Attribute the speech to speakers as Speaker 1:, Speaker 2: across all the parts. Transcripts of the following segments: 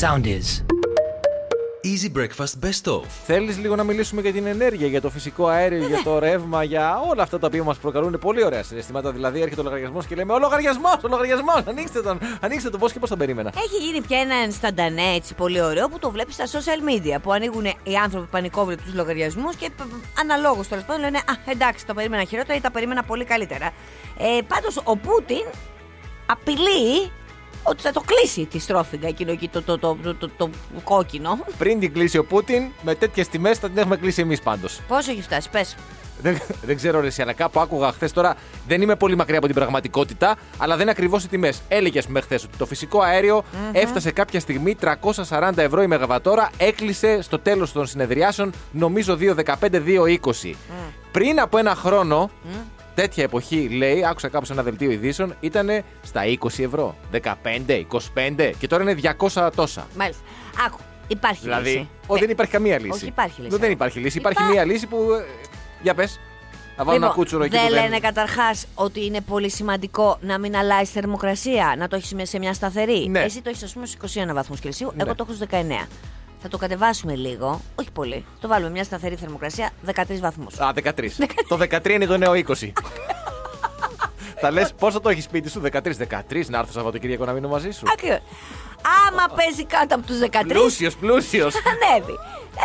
Speaker 1: Sound is.
Speaker 2: Easy Breakfast Best Of.
Speaker 3: Θέλεις λίγο να μιλήσουμε για την ενέργεια, για το φυσικό αέριο, για το ρεύμα, για όλα αυτά τα οποία μας προκαλούν πολύ ωραία συναισθήματα. Δηλαδή, έρχεται ο λογαριασμός και λέμε: Ο λογαριασμός, ο λογαριασμός, ανοίξτε τον, ανοίξτε τον, πώς και πώς τον περίμενα.
Speaker 4: Έχει γίνει πια ένα ενσταντανέ έτσι πολύ ωραίο που το βλέπεις στα social media. Που ανοίγουν οι άνθρωποι πανικόβλεπτου τους λογαριασμούς και αναλόγως τέλος πάντων λένε Α, εντάξει, τα περίμενα χειρότερα ή τα περίμενα πολύ καλύτερα. Ε, Πάντως ο Πούτιν απειλεί ότι θα το κλείσει τη στρόφιγγα εκείνο εκεί το, το, το, το, το, το κόκκινο.
Speaker 3: Πριν την κλείσει ο Πούτιν, με τέτοιες τιμές θα την έχουμε κλείσει εμείς πάντως.
Speaker 4: Πόσο έχει φτάσει, πες.
Speaker 3: Δεν, δεν ξέρω ρε εσύ, αλλά κάπου άκουγα χθες τώρα. Δεν είμαι πολύ μακριά από την πραγματικότητα, αλλά δεν ακριβώς οι τιμές. Έλεγες, α πούμε, χθες ότι το φυσικό αέριο έφτασε κάποια στιγμή 340 ευρώ η μεγαβατόρα, έκλεισε στο τέλος των συνεδριάσεων, νομίζω 2,15-2,20. Πριν από ένα χρόνο, τέτοια εποχή, λέει, άκουσα κάπου σε ένα δελτίο ειδήσεων, ήταν στα 20 ευρώ. 15, 25 και τώρα είναι 200 τόσα.
Speaker 4: Μάλιστα. Άκου, υπάρχει
Speaker 3: Δηλαδή,
Speaker 4: λύση. Ε,
Speaker 3: Ω, δεν υπάρχει καμία λύση.
Speaker 4: Ναι. Όχι, υπάρχει λύση.
Speaker 3: Δεν, δεν υπάρχει λύση. Υπάρχει
Speaker 4: Υπά- Λοιπόν,
Speaker 3: μία λύση που. ε, Για πες. Να βάλω ένα κούτσουρο Λοιπόν, εκεί
Speaker 4: δεν
Speaker 3: που δεν-
Speaker 4: λένε καταρχάς ότι είναι πολύ σημαντικό να μην αλλάζει θερμοκρασία, να το έχεις σε μια σταθερή.
Speaker 3: Ναι.
Speaker 4: Εσύ το έχεις, ας πούμε, στου 21 βαθμούς Κελσίου,
Speaker 3: Ναι.
Speaker 4: εγώ το έχω στους 19. Θα το κατεβάσουμε λίγο, όχι πολύ. Το βάλουμε μια σταθερή θερμοκρασία 13 βαθμούς.
Speaker 3: Α, 13. το 13 είναι το νέο 20. Θα λες
Speaker 4: Λοιπόν-
Speaker 3: πόσο το έχεις σπίτι σου, 13. 13 να έρθω Σαββατοκύριακο να μείνω μαζί σου.
Speaker 4: Ακριβώς. Άμα παίζει κάτω από τους 13,
Speaker 3: Πλούσιος, πλούσιος.
Speaker 4: θα ανέβει.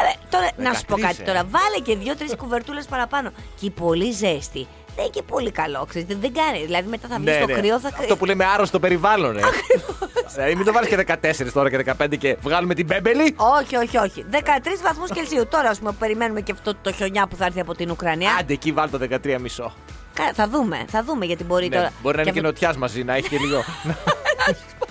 Speaker 4: Ε, τώρα, να σου πω
Speaker 3: 13,
Speaker 4: κάτι
Speaker 3: ε.
Speaker 4: τώρα. Βάλε και δύο-τρει κουβερτούλες παραπάνω. Και η πολύ ζέστη. Δεν είναι και πολύ καλό, ξέρεις, δεν- Δεν κάνει. Δηλαδή μετά θα βγεις στο κρύο, θα
Speaker 3: Ναι, Αυτό που λέμε άρρωστο περιβάλλον, ε. Δηλαδή μην το βάλεις και 14 τώρα και 15 και βγάλουμε την μπέμπελη.
Speaker 4: Όχι, όχι, όχι. 13 βαθμούς Κελσίου. Τώρα, ας πούμε, που περιμένουμε και αυτό το χιονιά που θα έρθει από την Ουκρανία.
Speaker 3: Άντε εκεί βάλ το 13 μισό.
Speaker 4: Κα- Θα δούμε, θα δούμε γιατί μπορεί
Speaker 3: Ναι,
Speaker 4: τώρα.
Speaker 3: Μπορεί να είναι και
Speaker 4: αυτό-
Speaker 3: νοτιάς μαζί, να έχει και λίγο.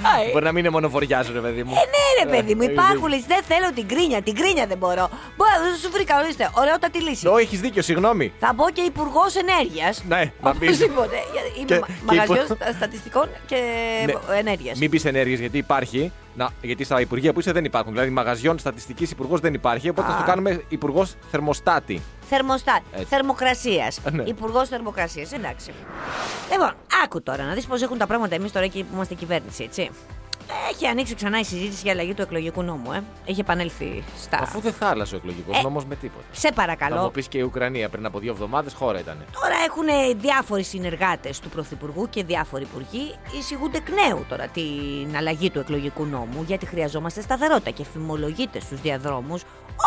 Speaker 4: Πάει.
Speaker 3: Μπορεί να μην είναι μόνο βορειά, ρε παιδί μου. ε,
Speaker 4: Ε, ναι, ρε παιδί μου, υπάρχουν λύσεις. Δεν θέλω την κρίνια, την κρίνια δεν μπορώ. Μπορώ να σου βρήκα, ορίστε, ωραιότατη λύση.
Speaker 3: Ω, έχεις δίκιο, συγγνώμη.
Speaker 4: Θα μπω και υπουργός ενέργειας.
Speaker 3: Ναι, να πεις.
Speaker 4: Οπωσδήποτε. γιατί
Speaker 3: Και-
Speaker 4: Είμαι
Speaker 3: και
Speaker 4: μαγαζιό
Speaker 3: υπο-
Speaker 4: στατιστικών και
Speaker 3: Ναι.
Speaker 4: ενέργειας.
Speaker 3: Μην πεις ενέργειες γιατί υπάρχει. Να, γιατί στα υπουργεία που είσαι δεν υπάρχουν. Δηλαδή, μαγαζιών στατιστικής υπουργός δεν υπάρχει. Οπότε θα το κάνουμε υπουργός θερμοστάτη.
Speaker 4: Θερμοστά.
Speaker 3: Έτσι.
Speaker 4: Θερμοκρασίας.
Speaker 3: Ναι.
Speaker 4: Υπουργός Θερμοκρασίας. Εντάξει. Λοιπόν, άκου τώρα να δεις πώς έχουν τα πράγματα εμείς τώρα εκεί που είμαστε κυβέρνηση, έτσι. Έχει ανοίξει ξανά η συζήτηση για αλλαγή του εκλογικού νόμου, ε. Έχει επανέλθει στα.
Speaker 3: Αφού δεν θα άλλασε ο εκλογικός
Speaker 4: Ε,
Speaker 3: νόμος με τίποτα.
Speaker 4: Σε
Speaker 3: Θα μου
Speaker 4: παρακαλώ.
Speaker 3: πεις και η Ουκρανία πριν από δύο εβδομάδες χώρα ήταν.
Speaker 4: Τώρα έχουν ε, διάφοροι συνεργάτες του Πρωθυπουργού και διάφοροι υπουργοί. Εισηγούνται εκ νέου τώρα την αλλαγή του εκλογικού νόμου, γιατί χρειαζόμαστε σταθερότητα και φημολογείται στους διαδρόμους,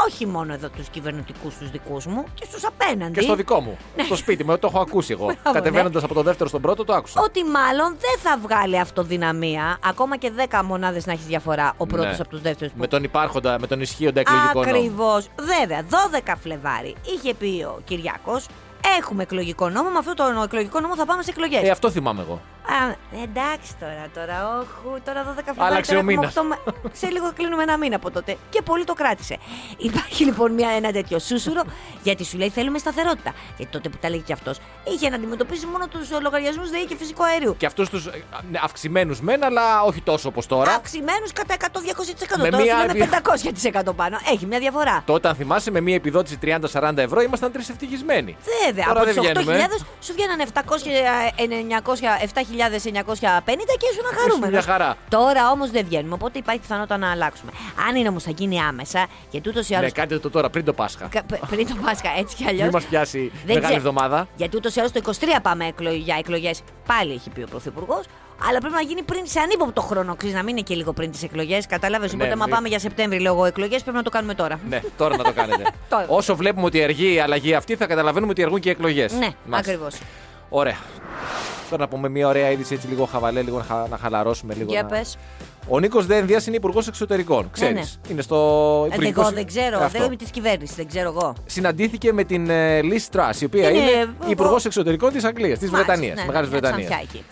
Speaker 4: όχι μόνο εδώ τους κυβερνητικούς τους δικούς μου και στους απέναντι.
Speaker 3: Και στο δικό μου. Στο σπίτι μου, ε, το έχω ακούσει εγώ.
Speaker 4: Ναι. Μπράβο, ναι.
Speaker 3: Κατεβαίνοντας από το δεύτερο στον πρώτο, το άκουσα.
Speaker 4: ότι μάλλον δεν θα βγάλει αυτοδυναμία. Ακόμα και 10 μονάδες να έχεις διαφορά ο πρώτο
Speaker 3: Ναι.
Speaker 4: από τους δεύτερους.
Speaker 3: Με τον υπάρχοντα, με τον ισχύοντα εκλογικό νόμο.
Speaker 4: Ακριβώς. Βέβαια, 12 Φλεβάρι είχε πει ο Κυριάκος. Έχουμε εκλογικό νόμο, με αυτό τον εκλογικό νόμο θα πάμε σε εκλογές.
Speaker 3: Ε, αυτό θυμάμαι εγώ.
Speaker 4: εντάξει τώρα, τώρα, όχι, τώρα 12 Φλεβάρι.
Speaker 3: Άλλαξε ο
Speaker 4: τώρα έχουμε
Speaker 3: μήνας.
Speaker 4: οκτώ μα- σε λίγο κλείνουμε ένα μήνα από τότε. Και πολύ το κράτησε. Υπάρχει λοιπόν μια, ένα τέτοιο σούσουρο, γιατί σου λέει θέλουμε σταθερότητα. Γιατί τότε που τα λέγει και αυτός, είχε να αντιμετωπίσει μόνο τους λογαριασμούς ΔΕΗ και φυσικού αερίου.
Speaker 3: Και αυτούς τους αυξημένου ε, μεν, αλλά όχι τόσο όπως τώρα.
Speaker 4: Αυξημένους κατά 100-200%.
Speaker 3: Με
Speaker 4: Τώρα
Speaker 3: μία-
Speaker 4: μία... 500% πάνω. Έχει μια διαφορά.
Speaker 3: Τότε, αν θυμάσαι, με μια επιδότηση 30-40 ευρώ ήμασταν τρεις ευτυχισμένοι.
Speaker 4: Βέβαια,
Speaker 3: Τώρα
Speaker 4: από
Speaker 3: δεν
Speaker 4: τις 8.000
Speaker 3: βγαίνουμε.
Speaker 4: σου βγαίνανε 700, 7.950 και ήσουν χαρούμενο.
Speaker 3: μια χαρά.
Speaker 4: Τώρα όμως δεν βγαίνουμε, οπότε υπάρχει πιθανότητα να αλλάξουμε. Αν είναι όμως θα γίνει άμεσα, γιατί ούτω ή άλλω.
Speaker 3: Ναι, κάντε το τώρα, πριν το Πάσχα.
Speaker 4: Πριν το Πάσχα, έτσι κι αλλιώ.
Speaker 3: Μην μας πιάσει μεγάλη εβδομάδα.
Speaker 4: Γιατί ούτως ή άλλως το 23 πάμε εκλο- για εκλογές. Πάλι έχει πει ο Πρωθυπουργός. Αλλά πρέπει να γίνει πριν σε ανύποπτο χρόνο. Ξέρεις, να μην είναι και λίγο πριν τις εκλογές. Κατάλαβες.
Speaker 3: Ναι,
Speaker 4: Οπότε, άμα
Speaker 3: δηλαδή-
Speaker 4: πάμε για Σεπτέμβρη λόγω εκλογές, πρέπει να το κάνουμε τώρα.
Speaker 3: Ναι, τώρα να το κάνετε.
Speaker 4: Τώρα.
Speaker 3: Όσο βλέπουμε ότι αργεί η αλλαγή αυτή, θα καταλαβαίνουμε ότι αργούν και οι εκλογές.
Speaker 4: Ναι, ακριβώς.
Speaker 3: Ωραία. Τώρα να πούμε μια ωραία είδηση έτσι λίγο χαβαλέ, λίγο να, χα- να χαλαρώσουμε λίγο.
Speaker 4: Για
Speaker 3: να-
Speaker 4: πες. Ναι,
Speaker 3: Ο Νίκος Δένδιας είναι υπουργός εξωτερικών. Ξέρει. Είναι στο
Speaker 4: Ε,
Speaker 3: υπουργικό.
Speaker 4: Εγώ
Speaker 3: συ-
Speaker 4: δεν ξέρω.
Speaker 3: Αυτό.
Speaker 4: Δεν είμαι της κυβέρνησης, δεν ξέρω εγώ.
Speaker 3: Συναντήθηκε με την ε, Λι Στρά, η οποία
Speaker 4: Είναι,
Speaker 3: είναι,
Speaker 4: εγώ-
Speaker 3: υπουργός εξωτερικών της Αγγλίας, της
Speaker 4: Μάλιστα,
Speaker 3: Βρετανίας.
Speaker 4: ναι,
Speaker 3: Μεγάλης
Speaker 4: ναι,
Speaker 3: Βρετανία.
Speaker 4: ξανθιά εκεί.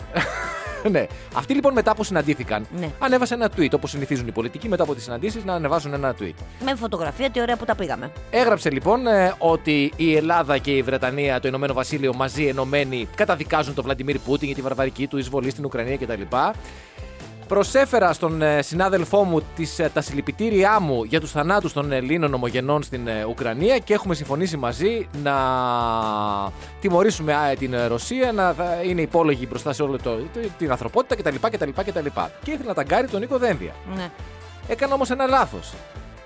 Speaker 3: ναι. Αυτοί λοιπόν μετά που συναντήθηκαν,
Speaker 4: Ναι.
Speaker 3: ανέβασε ένα tweet όπως συνηθίζουν οι πολιτικοί μετά από τις συναντήσεις να ανεβάζουν ένα tweet.
Speaker 4: Με φωτογραφία, τι ωραία που τα πήγαμε.
Speaker 3: Έγραψε λοιπόν ε, ότι η Ελλάδα και η Βρετανία, το Ηνωμένο Βασίλειο μαζί ενωμένοι καταδικάζουν τον Βλαντιμίρ Πούτιν για τη βαρβαρική του εισβολή στην Ουκρανία κτλ. Προσέφερα στον ε, συνάδελφό μου τις, ε, τα συλληπιτήριά μου για τους θανάτους των Ελλήνων ομογενών στην ε, Ουκρανία και έχουμε συμφωνήσει μαζί να τιμωρήσουμε α, την ε, Ρωσία, να θα είναι υπόλογη μπροστά σε όλη το, το- την ανθρωπότητα κτλ. κτλ, κτλ. Και ήθελε να ταγκάρει τον Νίκο Δένδια.
Speaker 4: Ναι.
Speaker 3: Έκανε όμως ένα λάθος.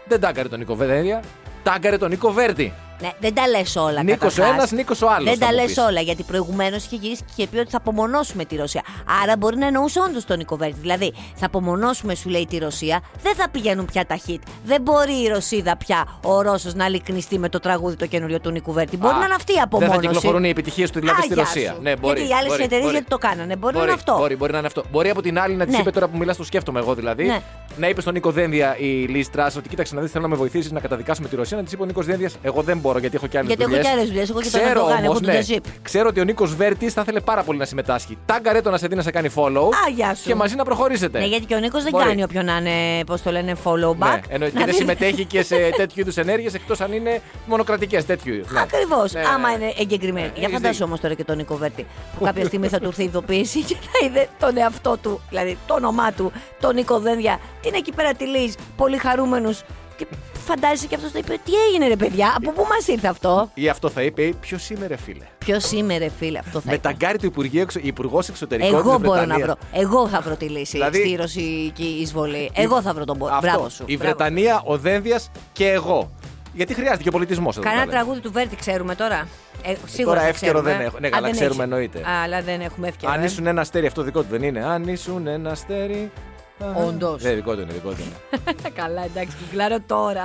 Speaker 3: Δεν τάγκαρε τον Νίκο Βενέρια, τάγκαρε τον Νίκο Βέρτη.
Speaker 4: Ναι, δεν τα λες όλα.
Speaker 3: Νίκος ο
Speaker 4: καταρχάς.
Speaker 3: ένας, Νίκος ο άλλος.
Speaker 4: Δεν τα λε όλα, γιατί προηγουμένως είχε γυρίσει και είχε πει ότι θα απομονώσουμε τη Ρωσία. Άρα μπορεί να εννοούσε όντως τον Νικοβέρτη. Δηλαδή, θα απομονώσουμε, σου λέει, τη Ρωσία, δεν θα πηγαίνουν πια τα hit. Δεν μπορεί η Ρωσίδα πια ο Ρώσος να λικνιστεί με το τραγούδι το καινούριο του Νικουβέρτη. Μπορεί να είναι αυτή η
Speaker 3: Δεν θα
Speaker 4: απομόνωση.
Speaker 3: κυκλοφορούν οι επιτυχίες του δηλαδή
Speaker 4: Α,
Speaker 3: στη
Speaker 4: γεια
Speaker 3: Ρωσία.
Speaker 4: σου.
Speaker 3: Ναι, μπορεί.
Speaker 4: Γιατί οι άλλες
Speaker 3: μπορεί,
Speaker 4: εταιρείες
Speaker 3: μπορεί.
Speaker 4: γιατί το κάνανε. Μπορεί, να
Speaker 3: μπορεί,
Speaker 4: είναι αυτό.
Speaker 3: Μπορεί, μπορεί να είναι αυτό. Μπορεί από την άλλη να της
Speaker 4: Ναι.
Speaker 3: είπε τώρα που μιλάς, το σκέφτομαι εγώ δηλαδή.
Speaker 4: Ναι.
Speaker 3: Να είπε στον Νίκο Δένδια η Λίστρα ότι κοίταξε να δεις, θέλω να με βοηθήσεις να καταδικάσουμε τη Ρωσία. Να της είπε ο Νίκος Δένδιας, εγώ δεν μπορώ γιατί έχω και άλλες
Speaker 4: Γιατί έχω και άλλες δουλειές, έχω και τον Ερντογάν, έχω τον Ταζίπ.
Speaker 3: ναι. ξέρω ότι ο Νίκος Βέρτης θα ήθελε πάρα πολύ να συμμετάσχει. Τάγκαρε το να σε δει να σε κάνει follow
Speaker 4: Α, γεια σου.
Speaker 3: και μαζί να προχωρήσετε.
Speaker 4: Ναι, γιατί και ο Νίκος δεν
Speaker 3: Μπορεί.
Speaker 4: κάνει όποιον να είναι, πώς το λένε, follow back.
Speaker 3: Ναι, εννοείται. και δεν
Speaker 4: Να δει-
Speaker 3: συμμετέχει και σε τέτοιου είδους ενέργειες εκτός αν είναι μονοκρατικές τέτοιου είδους.
Speaker 4: Ακριβώς.
Speaker 3: Ναι,
Speaker 4: άμα
Speaker 3: ναι.
Speaker 4: είναι εγκεκριμένη.
Speaker 3: Ναι,
Speaker 4: Για
Speaker 3: έχεις
Speaker 4: φαντάσου
Speaker 3: δίκιο.
Speaker 4: όμως τώρα και τον Νίκο Βέρτη που κάποια στιγμή θα του έρθει η ειδοποίηση και θα είδε τον εαυτό του, δηλαδή το όνομά του, τον Νίκο Δένδια, την εκεί πέρα τη Λύζ, πολύ χαρούμενου. Και φαντάζεσαι και αυτός θα είπε: Τι έγινε ρε παιδιά, από πού μας ήρθε αυτό.
Speaker 3: Ή αυτό θα είπε, ποιος είμαι, ρε φίλε.
Speaker 4: Ποιος είμαι, ρε φίλε, αυτό θα
Speaker 3: Με τα
Speaker 4: είπε.
Speaker 3: γκάρι του Υπουργός Εξωτερικών.
Speaker 4: Εγώ
Speaker 3: της
Speaker 4: μπορώ να
Speaker 3: Βρετανίας.
Speaker 4: βρω. Εγώ θα βρω τη λύση
Speaker 3: Δηλαδή-
Speaker 4: στη ρωσική εισβολή. Εγώ θα βρω τον πόρο.
Speaker 3: Αυτό.
Speaker 4: Μπράβο σου.
Speaker 3: Η
Speaker 4: μπράβο.
Speaker 3: Βρετανία, ο Δένδια και εγώ. Γιατί χρειάζεται και ο πολιτισμός εδώ.
Speaker 4: Κανένα
Speaker 3: τα λέμε.
Speaker 4: τραγούδι του Βέρτη ξέρουμε τώρα. Ε, σίγουρα
Speaker 3: τώρα
Speaker 4: θα
Speaker 3: εύκαιρο
Speaker 4: ξέρουμε,
Speaker 3: δεν
Speaker 4: ε.
Speaker 3: έχω. Ναι,
Speaker 4: Α,
Speaker 3: καλά,
Speaker 4: δεν
Speaker 3: ξέρουμε,
Speaker 4: έχεις.
Speaker 3: εννοείται.
Speaker 4: Αλλά δεν έχουμε εύκαιρο.
Speaker 3: Αν
Speaker 4: ε.
Speaker 3: ήσουν ένα αστέρι, αυτό δικό του δεν είναι. Αν ήσουν ένα αστέρι. α,
Speaker 4: Όντως.
Speaker 3: Ναι, δικό του είναι, δικό του είναι.
Speaker 4: Καλά, εντάξει, κυκλάρω τώρα.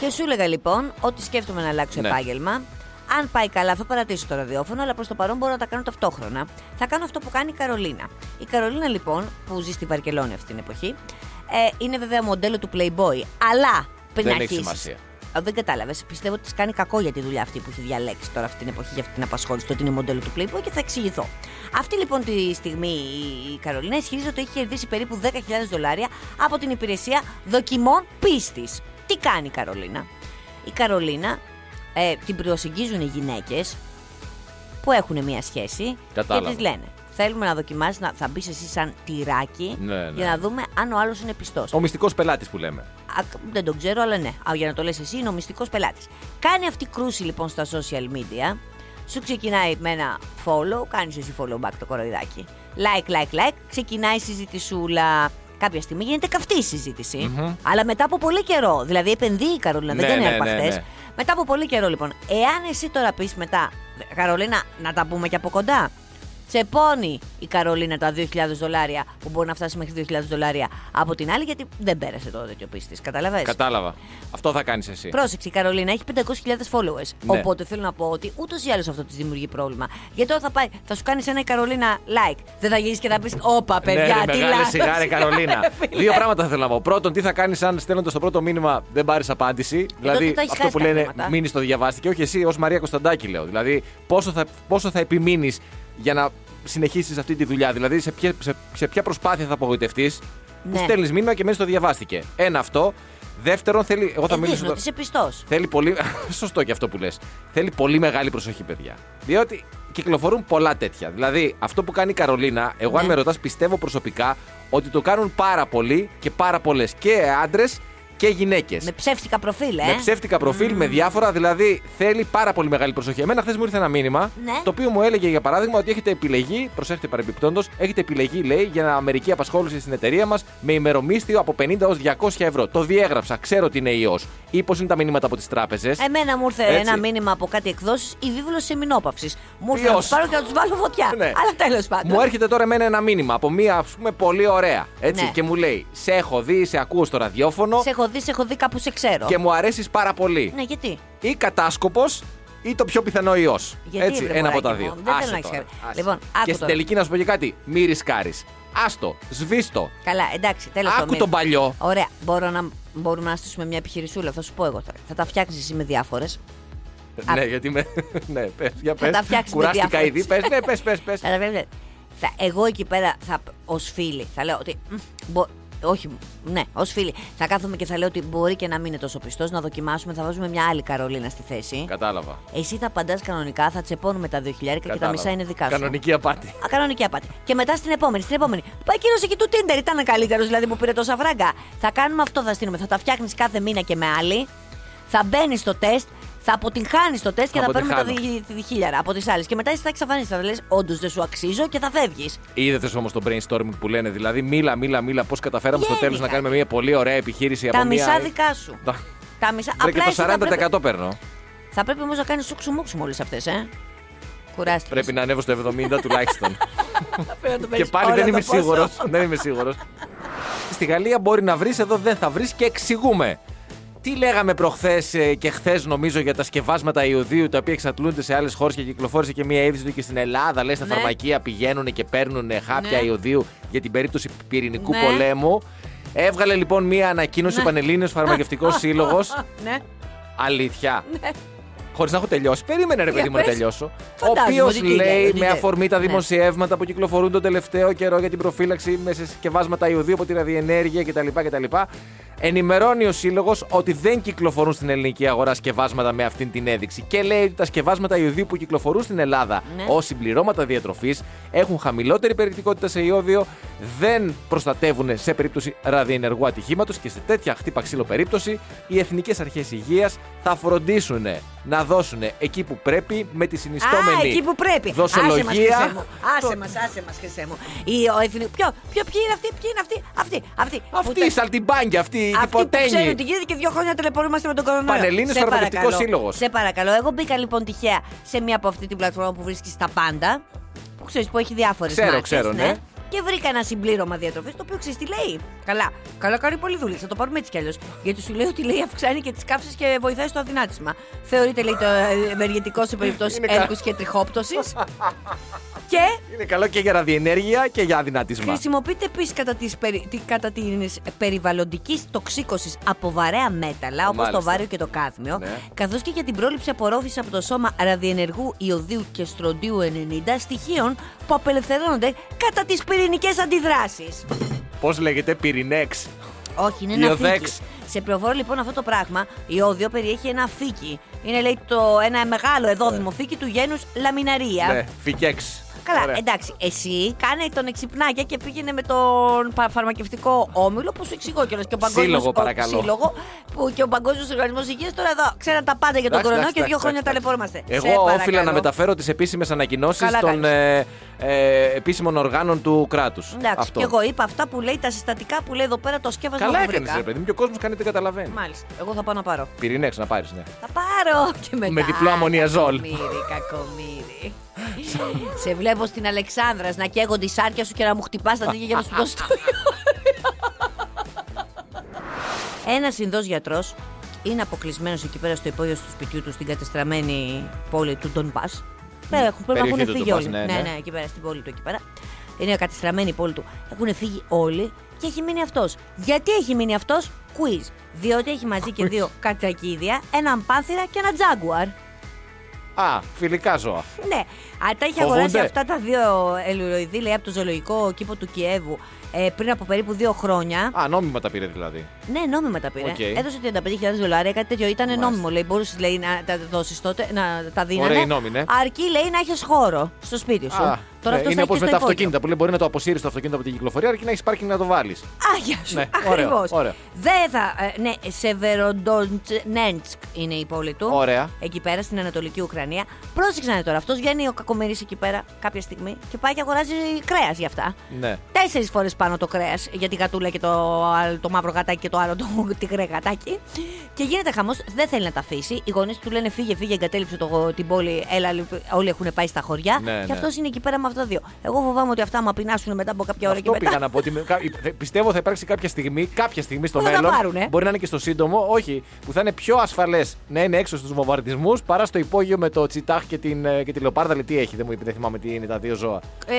Speaker 4: Και σου έλεγα λοιπόν ότι σκέφτομαι να αλλάξω
Speaker 3: Ναι.
Speaker 4: επάγγελμα. Αν πάει καλά, θα παρατήσω το ραδιόφωνο, αλλά προς το παρόν μπορώ να τα κάνω ταυτόχρονα. Θα κάνω αυτό που κάνει η Καρολίνα. Η Καρολίνα λοιπόν, που ζει στη Βαρκελόνη αυτή την εποχή, ε, είναι βέβαια μοντέλο του Playboy. Αλλά πριν
Speaker 3: Δεν έχει
Speaker 4: αρχίσεις.
Speaker 3: σημασία.
Speaker 4: Α, Δεν κατάλαβες. Πιστεύω ότι τη κάνει κακό για τη δουλειά αυτή που έχει διαλέξει τώρα αυτή την εποχή για αυτή την απασχόληση. Το ότι είναι μοντέλο του Playboy και θα εξηγηθώ. Αυτή λοιπόν τη στιγμή η- η Καρολίνα ισχυρίζεται ότι έχει κερδίσει περίπου 10.000 δολάρια από την υπηρεσία δοκιμών πίστης. Τι κάνει η Καρολίνα. Η Καρολίνα ε, την προσεγγίζουν οι γυναίκες που έχουν μία σχέση
Speaker 3: Κατάλαβα.
Speaker 4: και τη λένε. Θέλουμε να δοκιμάσεις, να, θα μπεις εσύ σαν τυράκι
Speaker 3: Ναι, ναι.
Speaker 4: για να δούμε αν ο άλλος είναι πιστός.
Speaker 3: Ο μυστικός πελάτης που λέμε.
Speaker 4: Α, δεν το ξέρω, αλλά ναι. Α, για να το λες εσύ, είναι ο μυστικός πελάτης. Κάνει αυτή κρούση λοιπόν στα social media. Σου ξεκινάει με ένα follow, κάνεις εσύ follow back το κοροϊδάκι. Like, like, like. Ξεκινάει η συζητησούλα. Κάποια στιγμή γίνεται καυτή η συζητηση Αλλά μετά από πολύ καιρό. Δηλαδή επενδύει η Καρολίνα,
Speaker 3: Ναι,
Speaker 4: δεν κάνει
Speaker 3: ναι,
Speaker 4: αρπαχτές.
Speaker 3: ναι, ναι.
Speaker 4: Μετά από πολύ καιρό λοιπόν, εάν εσύ τώρα πεις μετά, Καρολίνα, να τα πούμε και από κοντά. Τσεπώνει η Καρολίνα τα 2.000 δολάρια που μπορεί να φτάσει μέχρι 2.000 δολάρια από την άλλη, γιατί δεν πέρασε το τέτοιο πίστης. Καταλαβες.
Speaker 3: Κατάλαβα. Αυτό θα κάνεις εσύ.
Speaker 4: Πρόσεξε, η Καρολίνα έχει 500.000 followers.
Speaker 3: Ναι.
Speaker 4: Οπότε θέλω να πω ότι ούτως ή άλλως αυτό της δημιουργεί πρόβλημα. Γιατί τώρα θα, πάει, θα σου κάνει ένα η Καρολίνα like. Δεν θα γυρίσει και θα πεις: Όπα, παιδιά,
Speaker 3: ναι, ρε,
Speaker 4: τι
Speaker 3: μεγάλη
Speaker 4: λάθος
Speaker 3: σιγά, ρε,
Speaker 4: έκανα,
Speaker 3: Καρολίνα.
Speaker 4: φίλε».
Speaker 3: Δύο πράγματα θέλω να πω. Πρώτον, τι θα κάνεις αν στέλνοντας το πρώτο μήνυμα δεν πάρεις απάντηση. δηλαδή,
Speaker 4: Ε, τότε τα έχεις
Speaker 3: αυτό που
Speaker 4: χάσει τα
Speaker 3: λένε
Speaker 4: χρήματα.
Speaker 3: μείνεις στο διαβάστηκε. Όχι εσύ, ως Μαρία Κωνσταντάκη, λέω. Δηλαδή, πόσο θα, πόσο θα επιμείνεις για να συνεχίσεις αυτή τη δουλειά. Δηλαδή, σε ποια, σε, σε ποια προσπάθεια θα απογοητευτείς
Speaker 4: Ναι.
Speaker 3: που στέλνεις μήνυμα και μένει στο διαβάστηκε. Ένα αυτό. Δεύτερον, θέλει. Εγώ θα
Speaker 4: Ε,
Speaker 3: μιλήσω.
Speaker 4: δείχνω ότι
Speaker 3: τώρα-
Speaker 4: είσαι πιστός.
Speaker 3: Θέλει πολύ. Σωστό και αυτό που λες. Θέλει πολύ μεγάλη προσοχή, παιδιά. Διότι κυκλοφορούν πολλά τέτοια. Δηλαδή, αυτό που κάνει η Καρολίνα, εγώ αν
Speaker 4: Ναι.
Speaker 3: με ρωτάς, πιστεύω προσωπικά ότι το κάνουν πάρα πολλοί και πάρα πολλές. Και άντρες και γυναίκες.
Speaker 4: Με ψεύτικα προφίλ, ε.
Speaker 3: Με ψεύτικα προφίλ, με διάφορα, δηλαδή θέλει πάρα πολύ μεγάλη προσοχή. Εμένα χθες μου ήρθε ένα μήνυμα
Speaker 4: Ναι.
Speaker 3: το οποίο μου έλεγε για παράδειγμα ότι έχετε επιλεγεί, προσέχετε παρεμπιπτόντως, έχετε επιλεγεί λέει για μερική απασχόληση στην εταιρεία μας με ημερομίσθιο από 50 έω 200 ευρώ. Το διέγραψα, ξέρω τι είναι ιός ή πώ είναι τα μηνύματα από τις τράπεζες.
Speaker 4: Εμένα μου ήρθε
Speaker 3: Έτσι.
Speaker 4: ένα μήνυμα από κάτι εκδόσεις, η βίβλος σεμινόπαυσης. Μου ήρθε
Speaker 3: Ποιος?
Speaker 4: να τους πάρω και να τους βάλω φωτιά.
Speaker 3: Ναι.
Speaker 4: Αλλά τέλος πάντων.
Speaker 3: Μου έρχεται τώρα εμένα ένα μήνυμα από μία ας πούμε πολύ ωραία. Έτσι,
Speaker 4: Ναι.
Speaker 3: και μου λέει: Σε έχω δει, σε ακούω στο ραδιόφωνο
Speaker 4: Σε έχω δει, σε έχω δει κάπου σε ξέρω.
Speaker 3: και μου αρέσεις πάρα πολύ.
Speaker 4: Ναι, γιατί.
Speaker 3: Ή κατάσκοπος ή το πιο πιθανό ιός.
Speaker 4: Γιατί,
Speaker 3: Έτσι,
Speaker 4: βρε,
Speaker 3: ένα από
Speaker 4: μωράκι
Speaker 3: τα
Speaker 4: μου,
Speaker 3: δύο.
Speaker 4: δεν θέλω
Speaker 3: Άσε
Speaker 4: να έχεις
Speaker 3: τώρα,
Speaker 4: χάρη.
Speaker 3: άσε.
Speaker 4: Λοιπόν,
Speaker 3: και
Speaker 4: άκου
Speaker 3: στην
Speaker 4: τώρα.
Speaker 3: τελική να σου πω και κάτι. Μη ρισκάρεις. Άστο, σβήστο.
Speaker 4: Καλά, εντάξει, τέλος
Speaker 3: Άκου τον παλιό.
Speaker 4: Ωραία, μπορώ να, μπορούμε να στήσουμε μια επιχειρησούλα, θα σου πω εγώ τώρα. Θα τα φτιάξεις εσύ με διάφορες. Α.
Speaker 3: Ναι, γιατί με. ναι, πες, για
Speaker 4: Θα
Speaker 3: πες.
Speaker 4: τα φτιάξεις με
Speaker 3: Κουράστηκα
Speaker 4: διάφορες.
Speaker 3: ήδη. Πες, ναι, πες, πες. Πες.
Speaker 4: Θα, θα, εγώ εκεί πέρα, θα, ως φίλη, θα λέω ότι... μ, μπο- όχι, ναι, ως φίλη. Θα κάθομαι και θα λέω ότι μπορεί και να μην είναι τόσο πιστός, να δοκιμάσουμε, θα βάζουμε μια άλλη Καρολίνα στη θέση.
Speaker 3: Κατάλαβα.
Speaker 4: Εσύ θα απαντάς κανονικά, θα τσεπώνουμε τα 2.000 και τα
Speaker 3: Κατάλαβα.
Speaker 4: μισά είναι δικά σου. ε.
Speaker 3: Κανονική απάτη.
Speaker 4: Α, κανονική απάτη. Και μετά στην επόμενη, στην επόμενη. Πα εκείνος εκεί του Tinder ήταν καλύτερος, δηλαδή που πήρε τόσα φράγκα. Θα κάνουμε αυτό, θα στείλουμε. Θα τα φτιάχνεις κάθε μήνα και με άλλη. Θα μπαίνεις στο τεστ, Θα αποτυγχάνεις το τεστ και θα παίρνουμε τα
Speaker 3: Αποτυγχάνω.
Speaker 4: δι- τη χίλιαρα από τις άλλες. Και μετά εσύ θα εξαφανίσεις. Θα λες: Όντως δεν σου αξίζω και θα φεύγεις.
Speaker 3: Είδατε όμως το brainstorming που λένε. Δηλαδή, μίλα, μίλα, μίλα. Πώς καταφέραμε στο
Speaker 4: Γέννηκα.
Speaker 3: τέλος να κάνουμε μια πολύ ωραία επιχείρηση
Speaker 4: Τα
Speaker 3: από μια.
Speaker 4: μισά δικά σου.
Speaker 3: Τα-
Speaker 4: Τα μισά.
Speaker 3: Βρε, και
Speaker 4: Απλά εσύ
Speaker 3: το 40%
Speaker 4: θα πρέπει,
Speaker 3: παίρνω.
Speaker 4: θα πρέπει όμως να κάνεις σούξου μουξου όλε αυτές, ε. Κουράστηκες.
Speaker 3: Πρέπει να ανέβω στο 70 τουλάχιστον.
Speaker 4: να
Speaker 3: και πάλι δεν είμαι σίγουρος. δεν είμαι σίγουρος. Στη Γαλλία μπορεί να βρεις, εδώ δεν θα βρεις και εξηγούμε. Τι λέγαμε προχθές και χθες, νομίζω, για τα σκευάσματα ιωδίου τα οποία εξατλούνται σε άλλες χώρες και κυκλοφόρησε και μία είδηση του και στην Ελλάδα. Λες, τα
Speaker 4: Ναι.
Speaker 3: φαρμακεία πηγαίνουν και παίρνουν ε, χάπια
Speaker 4: Ναι.
Speaker 3: ιωδίου για την περίπτωση πυρηνικού
Speaker 4: Ναι.
Speaker 3: πολέμου. Έβγαλε λοιπόν μία ανακοίνωση ο Πανελλήνιος Φαρμακευτικός Σύλλογος
Speaker 4: ναι.
Speaker 3: Αλήθεια. Χωρίς να έχω τελειώσει. Περίμενε, ρε
Speaker 4: Για
Speaker 3: παιδί μου, να
Speaker 4: πες.
Speaker 3: τελειώσω. Ο
Speaker 4: Φαντάζομαι ότι
Speaker 3: οποίο
Speaker 4: τι λέει,
Speaker 3: λέει
Speaker 4: ότι
Speaker 3: με
Speaker 4: λέει.
Speaker 3: αφορμή τα
Speaker 4: Ναι.
Speaker 3: δημοσιεύματα που κυκλοφορούν τον τελευταίο καιρό για την προφύλαξη με συσκευάσματα ιωδίου από τη ραδιενέργεια κτλ. κτλ. Ενημερώνει ο Σύλλογος ότι δεν κυκλοφορούν στην ελληνική αγορά σκευάσματα με αυτήν την ένδειξη. Και λέει ότι τα σκευάσματα ιωδίου που κυκλοφορούν στην Ελλάδα
Speaker 4: Ναι.
Speaker 3: ως συμπληρώματα διατροφής έχουν χαμηλότερη περιεκτικότητα σε ιόδιο, δεν προστατεύουν σε περίπτωση ραδιενεργού ατυχήματος και σε τέτοια χτύπα ξύλο περίπτωση οι εθνικές αρχές υγείας θα φροντίσουν να δώσουν εκεί που πρέπει με τη συνιστόμενη.
Speaker 4: Α, εκεί που πρέπει. Άσε μας,
Speaker 3: Δοσολογία.
Speaker 4: Χριστέ μου. Άσε μας, άσε μας, Χριστέ μου. Η, ο, εθνι- ποιο, ποιο, ποιοι είναι αυτοί, ποιοι είναι αυτοί, αυτοί, αυτοί.
Speaker 3: Αυτή
Speaker 4: τα-
Speaker 3: η σαλτιμπάνγκια, αυτή η
Speaker 4: αυτοί που
Speaker 3: τυποτένη.
Speaker 4: ξέρουν την γίνεται και δύο χρόνια τηλεπορούμαστε με τον κορονοϊό.
Speaker 3: Πανελλήνιος
Speaker 4: Σε
Speaker 3: Φαρμακευτικός
Speaker 4: παρακαλώ.
Speaker 3: Σύλλογος.
Speaker 4: Σε παρακαλώ. Εγώ μπήκα λοιπόν τυχαία σε μία από αυτή την πλατφόρμα που βρίσκεις τα πάντα. Που ξέρεις που έχει διάφορες
Speaker 3: Ξέρω, ξέρω, ναι.
Speaker 4: Και βρήκα ένα συμπλήρωμα διατροφής το οποίο ξέρεις τι λέει. Καλά, καλά κάνει πολύ δουλειά. Θα το πάρουμε έτσι κι αλλιώς. Γιατί σου λέει ότι λέει αυξάνει και τις κάψει και βοηθάει στο αδυνάτισμα. Θεωρείται λέει το ε, ευεργετικό σε περιπτώσει
Speaker 3: Είναι κα-
Speaker 4: έλκου και τριχόπτωσης. και
Speaker 3: Είναι καλό και για ραδιενέργεια και για αδυνατισμό.
Speaker 4: Χρησιμοποιείται επίσης κατά τη περι... τη- κατά της περιβαλλοντικής τοξίκωσης από βαρέα μέταλλα, όπως
Speaker 3: Μάλιστα.
Speaker 4: το βάριο και το κάδμιο,
Speaker 3: Ναι.
Speaker 4: καθώς και για την πρόληψη απορρόφησης από το σώμα ραδιενεργού ιωδίου και στροντίου 90 στοιχείων που απελευθερώνονται κατά τις πυρηνικές αντιδράσεις.
Speaker 3: Πώς λέγεται, πυρηνέξ.
Speaker 4: Όχι, είναι ένα
Speaker 3: Ιωδέξ.
Speaker 4: φύκι. Σε προφόρο λοιπόν αυτό το πράγμα, ιόδιο περιέχει ένα φύκι. Είναι λέει το, ένα μεγάλο εδόδημο φύκι του γένους Λαμιναρία.
Speaker 3: Ναι, φικέξ.
Speaker 4: Καλά,
Speaker 3: Ωραία.
Speaker 4: εντάξει. Εσύ κάνε τον εξυπνάκια και πήγαινε με τον πα- φαρμακευτικό όμιλο που σου εξηγώ κιόλας. Και ο παγκόσμιος-
Speaker 3: Σύλλογο,
Speaker 4: ο-
Speaker 3: παρακαλώ.
Speaker 4: Σύλλογο που και ο Παγκόσμιος Οργανισμός Υγείας τώρα εδώ ξέραν τα πάντα για τον
Speaker 3: Εντάξει,
Speaker 4: κορονοϊό
Speaker 3: εντάξει,
Speaker 4: και δύο
Speaker 3: εντάξει,
Speaker 4: χρόνια
Speaker 3: εντάξει.
Speaker 4: ταλαιπωρούμαστε. Σε
Speaker 3: Εγώ όφιλα
Speaker 4: παρακαλώ.
Speaker 3: να μεταφέρω τις επίσημες ανακοινώσεις
Speaker 4: Καλά
Speaker 3: των ε, ε, επίσημων οργάνων του κράτους.
Speaker 4: Εντάξει, και εγώ είπα αυτά που λέει τα συστατικά που λέει εδώ πέρα το σκεύασμα
Speaker 3: Καλά
Speaker 4: που
Speaker 3: έκανε,
Speaker 4: βρήκα.
Speaker 3: ρε παιδί μου, και ο κόσμος κάνει δεν καταλαβαίνει.
Speaker 4: Μάλιστα. Εγώ θα πάω να πάρω.
Speaker 3: Πυρηνέξ να πάρεις, ναι.
Speaker 4: Θα πάρω και μετά.
Speaker 3: Με διπλό αμμονιαζόλ.
Speaker 4: Κακομύρι, κακομύρι. Σε βλέπω στην Αλεξάνδρα να καίγονται οι σάρκια σου και να μου χτυπάς τα τέτοια για να σου δώσω το Ένας Ινδός γιατρός είναι αποκλεισμένος εκεί πέρα στο υπόγειο του σπιτιού του στην κατεστραμμένη πόλη του Ντομπά. Έχουν, πρέπει να
Speaker 3: περιοχή
Speaker 4: έχουν
Speaker 3: του
Speaker 4: φύγει
Speaker 3: Ντονμπάς,
Speaker 4: όλοι.
Speaker 3: ναι,
Speaker 4: Ναι,
Speaker 3: ναι.
Speaker 4: ναι, εκεί πέρα στην πόλη του εκεί πέρα. Είναι κατεστραμμένη η πόλη του. Έχουν φύγει όλοι και έχει μείνει αυτός. Γιατί έχει μείνει αυτός, quiz. Διότι έχει μαζί και δύο κατσακίδια, έναν πάνθυρα και ένα τζάγκουαρ.
Speaker 3: Α, φιλικά ζώα.
Speaker 4: Ναι. Α, τα είχε
Speaker 3: Φοβούνται.
Speaker 4: αγοράσει αυτά τα δύο ελουροειδή, λέει, από το ζωολογικό κήπο του Κιέβου ε, πριν από περίπου δύο χρόνια.
Speaker 3: Α, νόμιμα τα πήρε δηλαδή.
Speaker 4: Ναι, νόμιμα τα πήρε.
Speaker 3: Οκ.
Speaker 4: Έδωσε 35.000 δολάρια, κάτι τέτοιο. Ήταν
Speaker 3: Μάλιστα.
Speaker 4: νόμιμο, λέει. Μπορούσες λέει, να τα δώσεις τότε, να τα δίνανε.
Speaker 3: Ωραίοι νόμοι, ναι.
Speaker 4: Αρκεί, λέει, να έχεις χώρο στο σπίτι σου.
Speaker 3: Α, ναι,
Speaker 4: αυτός θα
Speaker 3: είναι
Speaker 4: έχει
Speaker 3: όπω
Speaker 4: και
Speaker 3: με
Speaker 4: στο
Speaker 3: τα
Speaker 4: υπόγειο.
Speaker 3: αυτοκίνητα που λέει μπορεί να το αποσύρεις το αυτοκίνητο από την κυκλοφορία αρκεί να έχεις πάρκινγκ να το βάλεις.
Speaker 4: Άγια σου.
Speaker 3: Ναι, ωραίο,
Speaker 4: Ακριβώς.
Speaker 3: ωραίο.
Speaker 4: Δεν θα. ε, ναι, Σεβεροντονέτσκ είναι η πόλη του.
Speaker 3: Ωραία.
Speaker 4: Εκεί πέρα στην Ανατολική Ουκρανία. Πρόσεξανε τώρα. Αυτός βγαίνει ο κακομερή εκεί πέρα κάποια στιγμή και πάει και αγοράζει κρέας για αυτά.
Speaker 3: Ναι.
Speaker 4: Τέσσερις φορές πάνω το κρέας για τη γατούλα και το, άλλο- το μαύρο γατάκι και το άλλο το τυγρέ γατάκι. Και γίνεται χαμός, δεν θέλει να τα αφήσει. Οι γονείς του λένε φύγε, φύγε, εγκατέλειψε το, την πόλη. Έλα, λοιπόν, όλοι έχουν πάει στα χωριά.
Speaker 3: Ναι, ναι.
Speaker 4: και αυτός είναι εκεί πέρα με αυτά τα δύο. Εγώ φοβάμαι ότι αυτά μα πεινάσουν μετά από κάποια ώρα
Speaker 3: Αυτό
Speaker 4: και μετά.
Speaker 3: πήγα να πω ότι με- κα- ε, πιστεύω θα υπάρξει κάποια στιγμή, κάποια στιγμή στο
Speaker 4: Που θα ε. τα
Speaker 3: μέλλον.
Speaker 4: πάρουνε.
Speaker 3: Μπορεί να είναι και στο σύντομο, όχι, που θα είναι πιο ασφαλές να είναι έξω στους βομβαρδισμούς παρά στο υπόγειο με το τσιτάχ και την, ε, και τη λεοπάρδα. Λέει, τι έχει, δεν μου είπε, δεν θυμάμαι τι είναι τα δύο ζώα.
Speaker 4: Ε,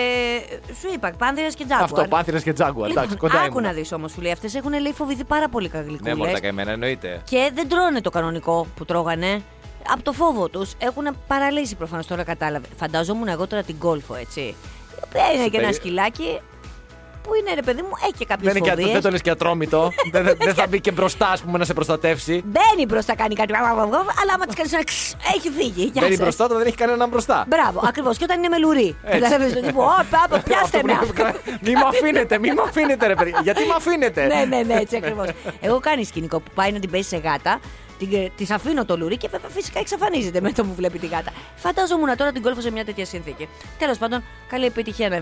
Speaker 4: σου είπα, πάνδυρα και τζάγκουαρ.
Speaker 3: Αυτό, πάνθυρα και τζάγκουα. Εντάξει, κοντά
Speaker 4: Λοιπόν, άκου
Speaker 3: ήμουν.
Speaker 4: να δεις όμως, σου λέει. Αυτές έχουν λέει φοβηθεί πάρα πολύ
Speaker 3: Ναι,
Speaker 4: καγλικούλες
Speaker 3: μόνο τα καημένα, εννοείται.
Speaker 4: Και δεν τρώνε το κανονικό που τρώγανε. Από το φόβο τους έχουν παραλύσει προφανώς τώρα κατάλαβε. Φανταζόμουν εγώ τώρα την κόλφο, έτσι. Η οποία είναι και ένα
Speaker 3: περι-
Speaker 4: σκυλάκι που είναι ρε παιδί μου, έχει και κάποιες
Speaker 3: Δεν, είναι και,
Speaker 4: φοβίες.
Speaker 3: δεν το λες και ατρόμητο. δεν, δεν- δεν θα μπει και μπροστά, ας πούμε, να σε προστατεύσει.
Speaker 4: Μπαίνει μπροστά, κάνει κάτι. Αλλά άμα της κάνεις ένα ξ, έχει φύγει. Γεια
Speaker 3: Μπαίνει
Speaker 4: σας.
Speaker 3: μπροστά, όταν δεν έχει κανέναν μπροστά.
Speaker 4: Μπράβο, ακριβώς. Και όταν είναι με λουρί.
Speaker 3: Έτσι.
Speaker 4: Κατάλαβε τον τύπο. Ω, πάπα, πιάστε
Speaker 3: Αυτό
Speaker 4: με.
Speaker 3: που λέει, Μη με αφήνετε, μη με αφήνετε, ρε παιδιά. Γιατί με αφήνετε.
Speaker 4: ναι, ναι, ναι, έτσι ακριβώς. Έχω κάνει σκηνικό που πάει να την παίζει σε γάτα Την, της αφήνω το λουρί και βέβαια φυσικά εξαφανίζεται με το που βλέπει τη γάτα. Φαντάζομαι τώρα την κόλφω σε μια τέτοια συνθήκη. Τέλος πάντων, καλή επιτυχία να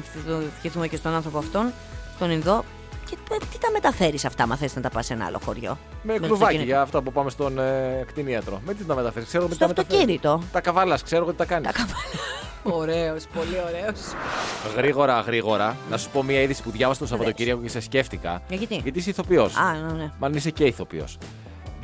Speaker 4: ευχηθούμε και στον άνθρωπο αυτόν, τον Ινδό. Και ε, τι- τι τα μεταφέρεις αυτά, μα θες να τα πας σε ένα άλλο χωριό.
Speaker 3: Με
Speaker 4: το
Speaker 3: κλουβάκι
Speaker 4: αυτοκίνητο.
Speaker 3: για αυτά που πάμε στον ε, κτηνίατρο. Με τι τα μεταφέρεις, ξέρω με τι
Speaker 4: Στο
Speaker 3: τα μεταφέρεις.
Speaker 4: αυτοκίνητο.
Speaker 3: Τα καβάλας, ξέρω ότι τα κάνεις.
Speaker 4: Ωραίος, πολύ ωραίος.
Speaker 3: Γρήγορα, γρήγορα, να σου πω μια είδηση που διάβασα το Σαββατοκύριακο και σε σκέφτηκα.
Speaker 4: Ε, γιατί?
Speaker 3: Γιατί είσαι ηθοποιός.
Speaker 4: Α, ναι, ναι.
Speaker 3: Μάλλον είσαι και ηθοποιός.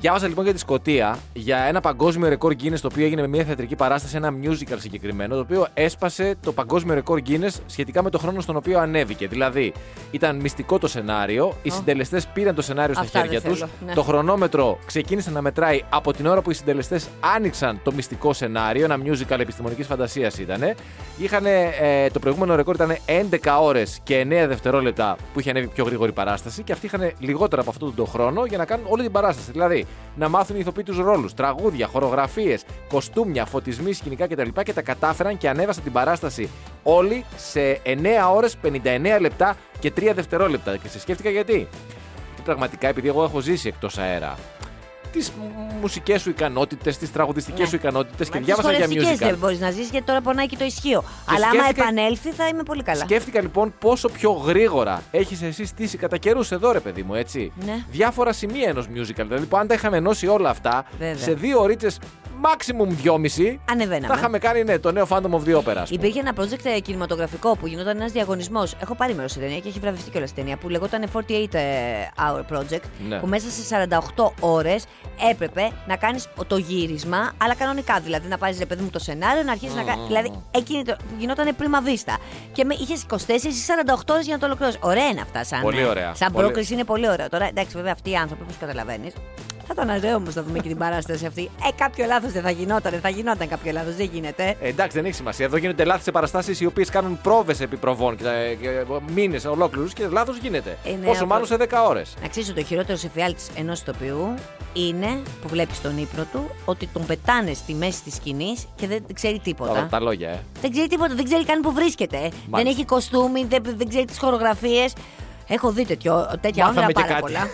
Speaker 3: Διάβασα λοιπόν για τη Σκωτία για ένα παγκόσμιο ρεκόρ Guinness το οποίο έγινε με μια θεατρική παράσταση, ένα musical συγκεκριμένο, το οποίο έσπασε το παγκόσμιο ρεκόρ Guinness σχετικά με το χρόνο στον οποίο ανέβηκε. Δηλαδή, ήταν μυστικό το σενάριο, οι συντελεστές πήραν το σενάριο στα
Speaker 4: Αυτά δεν
Speaker 3: χέρια του,
Speaker 4: θέλω, ναι.
Speaker 3: το χρονόμετρο ξεκίνησε να μετράει από την ώρα που οι συντελεστές άνοιξαν το μυστικό σενάριο, ένα musical επιστημονικής φαντασίας ήταν. ε, το προηγούμενο ρεκόρ ήταν 11 ώρες και 9 δευτερόλεπτα που είχε ανέβει πιο γρήγορη παράσταση και αυτοί είχαν λιγότερο από αυτόν τον χρόνο για να κάνουν όλη την παράσταση. Δηλαδή να μάθουν οι ηθοποιοί τους ρόλους, τραγούδια, χορογραφίες, κοστούμια, φωτισμοί, σκηνικά κτλ. Και τα κατάφεραν και ανέβασαν την παράσταση όλοι σε 9 ώρε 59 λεπτά και 3 δευτερόλεπτα. Και σε σκέφτηκα γιατί. Και πραγματικά, επειδή εγώ έχω ζήσει εκτός αέρα, τις μουσικές σου ικανότητες, τις τραγουδιστικές
Speaker 4: Ναι.
Speaker 3: σου ικανότητες και
Speaker 4: Μα τις
Speaker 3: διάβασα για
Speaker 4: χορευτικές
Speaker 3: musical.
Speaker 4: δεν μπορείς να ζήσει γιατί τώρα πονάει και το ισχύο. Αλλά άμα
Speaker 3: σκέφτηκα-
Speaker 4: επανέλθει θα είμαι πολύ καλά.
Speaker 3: Σκέφτηκα λοιπόν πόσο πιο γρήγορα έχεις εσύ στήσει κατά καιρούς εδώ, ρε παιδί μου, έτσι.
Speaker 4: Ναι.
Speaker 3: Διάφορα σημεία ενός musical. Δηλαδή, που αν τα είχαμε ενώσει όλα αυτά
Speaker 4: Βέβαια.
Speaker 3: σε δύο ώρες, maximum δυόμιση,
Speaker 4: Ανεβαίναμε.
Speaker 3: τα είχαμε κάνει ναι, το νέο Phantom of the Opera. ας πούμε.
Speaker 4: Υπήρχε ένα project ε, κινηματογραφικό που γινόταν ένας διαγωνισμός. Έχω πάρει μέρος σε ταινία και έχει βραβευτεί κιόλας ταινία που λεγόταν 48 Hour Project.
Speaker 3: Ναι.
Speaker 4: Που μέσα σε 48 ώρες έπρεπε να κάνεις το γύρισμα, αλλά κανονικά. Δηλαδή να πάρεις ρε παιδί μου το σενάριο, να αρχίσεις να κάνει. Δηλαδή εκείνη το... γινόταν πρίμα βίστα. Και με... είχες 24 ή 48 ώρες για να το ολοκληρώσεις. Ωραία είναι αυτά σαν,
Speaker 3: Πολύ
Speaker 4: ε,
Speaker 3: ωραία.
Speaker 4: σαν
Speaker 3: Πολύ-
Speaker 4: πρόκληση, είναι πολύ ωραία. Τώρα εντάξει, βέβαια αυτοί οι άνθρωποι, όπως καταλαβαίνεις, θα ήταν ωραίο όμως να δούμε και την παράσταση αυτή. Ε, κάποιο λάθος δεν θα γινόταν, θα γινόταν κάποιο λάθος, δεν γίνεται.
Speaker 3: Ε, εντάξει, δεν έχει σημασία. Εδώ γίνονται λάθη σε παραστάσεις οι οποίες κάνουν πρόβες επί προβών και, ε, και μήνες ολόκληρους και λάθος γίνεται.
Speaker 4: Ε, ναι,
Speaker 3: Πόσο
Speaker 4: από-
Speaker 3: μάλλον σε 10 ώρες.
Speaker 4: Να ξέρεις ότι ο χειρότερος εφιάλτης ενός ηθοποιού είναι που βλέπεις τον ύπνο του ότι τον πετάνε στη μέση της σκηνής και δεν ξέρει
Speaker 3: Τα,
Speaker 4: τίποτα.
Speaker 3: τα λόγια, ε.
Speaker 4: Δεν ξέρει τίποτα, δεν ξέρει καν που βρίσκεται. Δεν έχει κοστούμι, δεν, δεν ξέρει τις χορογραφίες. Έχω δει τέτοιο, τέτοια
Speaker 3: Μάθαμε
Speaker 4: όνειρα
Speaker 3: και κάτι.
Speaker 4: πάρα πολλά.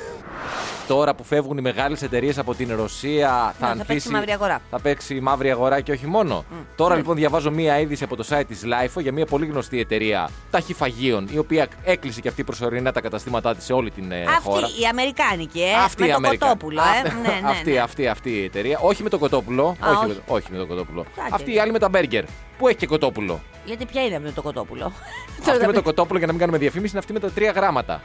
Speaker 3: Τώρα που φεύγουν οι μεγάλες εταιρείες από την Ρωσία, θα,
Speaker 4: Ναι, θα
Speaker 3: ανθίσει-
Speaker 4: παίξει η μαύρη αγορά. Mm. Ναι.
Speaker 3: Θα παίξει η μαύρη αγορά και όχι μόνο. Τώρα λοιπόν διαβάζω μία είδηση από το site της Lifeo για μία πολύ γνωστή εταιρεία ταχυφαγείων, η οποία έκλεισε και αυτή προσωρινά τα καταστήματά της σε όλη την ε, χώρα.
Speaker 4: Αυτή η Αμερικάνικη, ε.
Speaker 3: Αυτή
Speaker 4: με
Speaker 3: η
Speaker 4: το
Speaker 3: Αμερικά.
Speaker 4: κοτόπουλο, ε.
Speaker 3: Αυτή,
Speaker 4: ναι, ναι, ναι.
Speaker 3: αυτή, αυτή, αυτή η εταιρεία. Όχι με το κοτόπουλο. όχι,
Speaker 4: όχι.
Speaker 3: Με, το- όχι με το κοτόπουλο.
Speaker 4: Εντάξει.
Speaker 3: Αυτή η άλλη με τα μπέργκερ. Που έχει και κοτόπουλο.
Speaker 4: Γιατί ποια είναι με το κοτόπουλο.
Speaker 3: αυτή με το κοτόπουλο, για να μην κάνουμε διαφήμιση, είναι αυτή με τα τρία γράμματα.